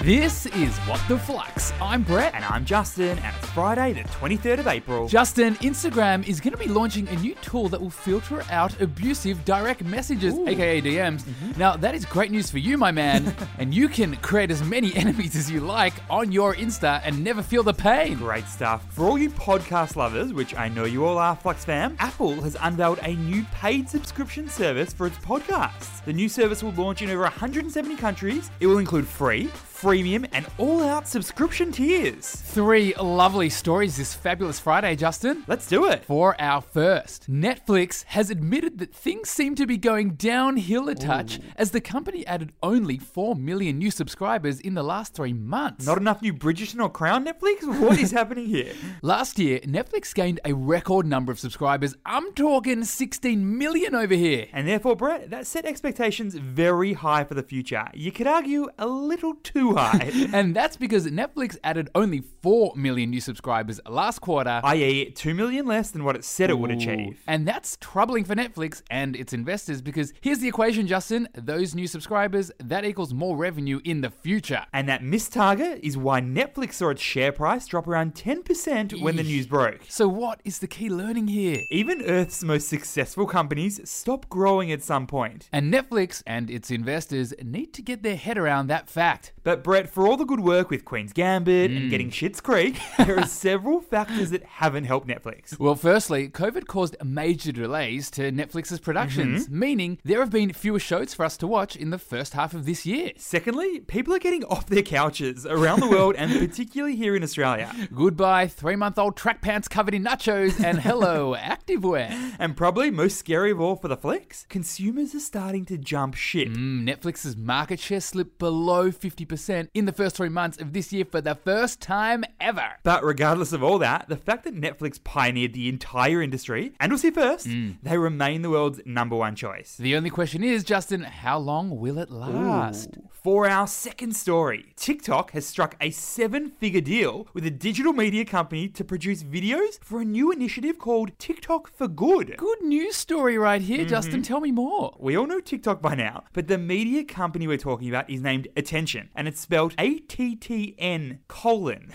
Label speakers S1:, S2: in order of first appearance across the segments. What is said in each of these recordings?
S1: This is What the Flux. I'm Brett.
S2: And I'm Justin, and it's Friday, the 23rd of April.
S1: Justin, Instagram is going to be launching a new tool that will filter out abusive direct messages,
S2: Ooh.
S1: aka DMs. Now, that is great news for you, my man, and you can create as many enemies as you like on your Insta and never feel the pain.
S2: Great stuff. For all you podcast lovers, which I know you all are, Flux fam, Apple has unveiled a new paid subscription service for its podcasts. The new service will launch in over 170 countries. It will include free, freemium, and all out subscription tiers.
S1: Three lovely stories this fabulous Friday, Justin.
S2: Let's do it.
S1: For our first, Netflix has admitted that things seem to be going downhill a touch as the company added only 4 million new subscribers in the last three months.
S2: Not enough new Bridgerton or Crown Netflix? What is happening here?
S1: Last year, Netflix gained a record number of subscribers. I'm talking 16 million over here.
S2: And therefore, Brett, that set expectations very high for the future. You could argue a little too high.
S1: And that's because Netflix added only 4 million new subscribers last quarter.
S2: i.e., 2 million less than what it said it would
S1: Ooh.
S2: achieve.
S1: And that's troubling for Netflix and its investors because here's the equation, Justin. Those new subscribers, that equals more revenue in the future.
S2: And that missed target is why Netflix saw its share price drop around 10% when the
S1: Eesh.
S2: news broke.
S1: So, what is the key learning here?
S2: Even Earth's most successful companies stop growing at some point.
S1: And Netflix and its investors need to get their head around that fact.
S2: But Brett, for all the good work with Queen's Gambit and getting Shit's Creek, there are several factors that haven't helped Netflix.
S1: Well, firstly, COVID caused major delays to Netflix's productions, meaning there have been fewer shows for us to watch in the first half of this year.
S2: Secondly, people are getting off their couches around the world and particularly here in Australia.
S1: Goodbye, three month old track pants covered in nachos, and hello, activewear.
S2: And probably most scary of all for the flex, consumers are starting to jump ship.
S1: Mm, Netflix's market share slipped below 50% in the first three months of this year for the first time ever.
S2: But regardless of all that, the fact that Netflix pioneered the entire industry, and we'll see first, they remain the world's number one choice.
S1: The only question is, Justin, how long will it last?
S2: For our second story, TikTok has struck a seven figure deal with a digital media company to produce videos for a new initiative called TikTok for Good.
S1: Good news story right here, Justin. Tell me more.
S2: We all know TikTok by now, but the media company we're talking about is named Attention, and it's spelled A T T N colon.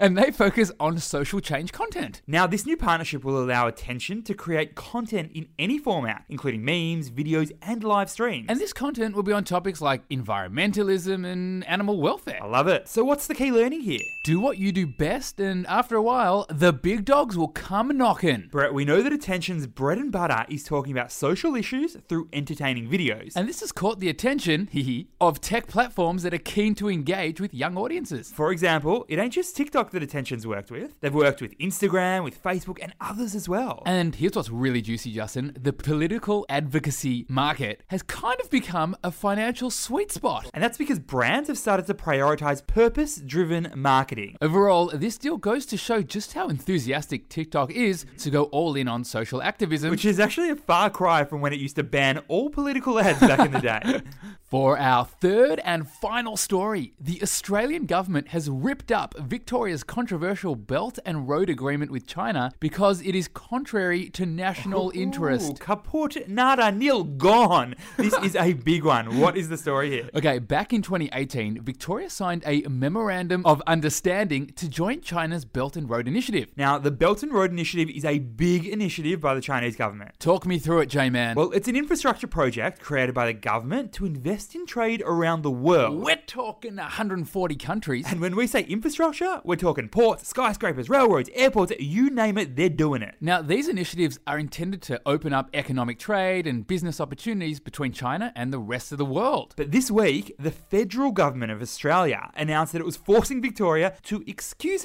S1: And they focus on social change content.
S2: Now, this new partnership will allow Attention to create content in any format, including memes, videos, and live streams.
S1: And this content will be on topics like environmentalism and animal welfare.
S2: I love it. So, what's the key learning here?
S1: Do what you do best, and after a while, the big dogs will come knocking.
S2: Brett, we know that Attention's bread and butter is talking about social issues through entertaining videos.
S1: And this has caught the attention hehe, of tech platforms that are keen to engage with young audiences.
S2: for example, it ain't just TikTok that Attention's worked with. They've worked with Instagram, with Facebook, and others as well.
S1: And here's what's really juicy, Justin. The political advocacy market has kind of become a financial sweet spot.
S2: and that's because brands have started to prioritize purpose driven marketing.
S1: Overall, this deal goes to show just how enthusiastic TikTok is to go all in on social activism.
S2: Which is actually a far cry from when it used to ban all political ads back in the day.
S1: For our third and final story, the Australian government has ripped up Victoria's controversial Belt and Road Agreement with China because it is contrary to national
S2: Ooh,
S1: interest.
S2: kaput nada nil gone. This is a big one. What is the story here?
S1: Okay, back in 2018, Victoria signed a Memorandum of Understanding to join China's Belt and Road Initiative.
S2: Now, the Belt and Road Initiative is a big initiative by the Chinese government.
S1: Talk me through it, J Man.
S2: Well, it's an infrastructure project created by the government to invest in trade around the world.
S1: we're talking 140 countries.
S2: And when we say infrastructure, we're talking ports, skyscrapers, railroads, airports, you name it, they're doing it.
S1: Now, these initiatives are intended to open up economic trade and business opportunities between China and the rest of the world.
S2: But this week, the federal government of Australia announced that it was forcing Victoria to excuse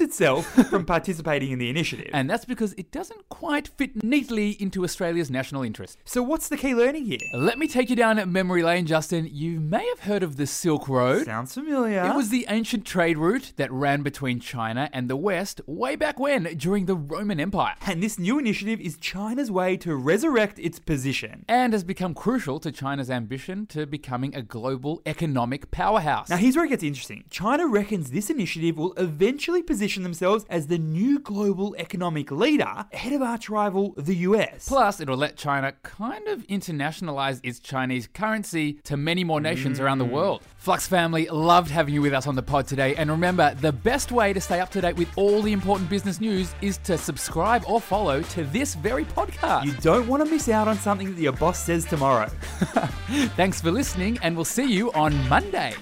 S2: itself from participating in the initiative.
S1: And that's because it doesn't quite fit neatly into Australia's national interest.
S2: So, what's the key learning here?
S1: Let me take you down memory lane, Justin. You may have heard of the Silk Road.
S2: Sounds familiar.
S1: It was the ancient trade route that ran between between China and the West way back when during the Roman Empire,
S2: And this new initiative is China's way to resurrect its position.
S1: and has become crucial to China's ambition to becoming a global economic powerhouse.
S2: Now, here's where it gets interesting. China reckons this initiative will eventually position themselves as the new global economic leader ahead of arch rival, the US.
S1: Plus, it'll let China kind of internationalize its Chinese currency to many more nations around the world. Flux family, loved having you with us on the pod today. And remember, the best way to stay up to date with all the important business news is to subscribe or follow to this very podcast.
S2: You don't want to miss out on something that your boss says tomorrow.
S1: Thanks for listening, and we'll see you on Monday.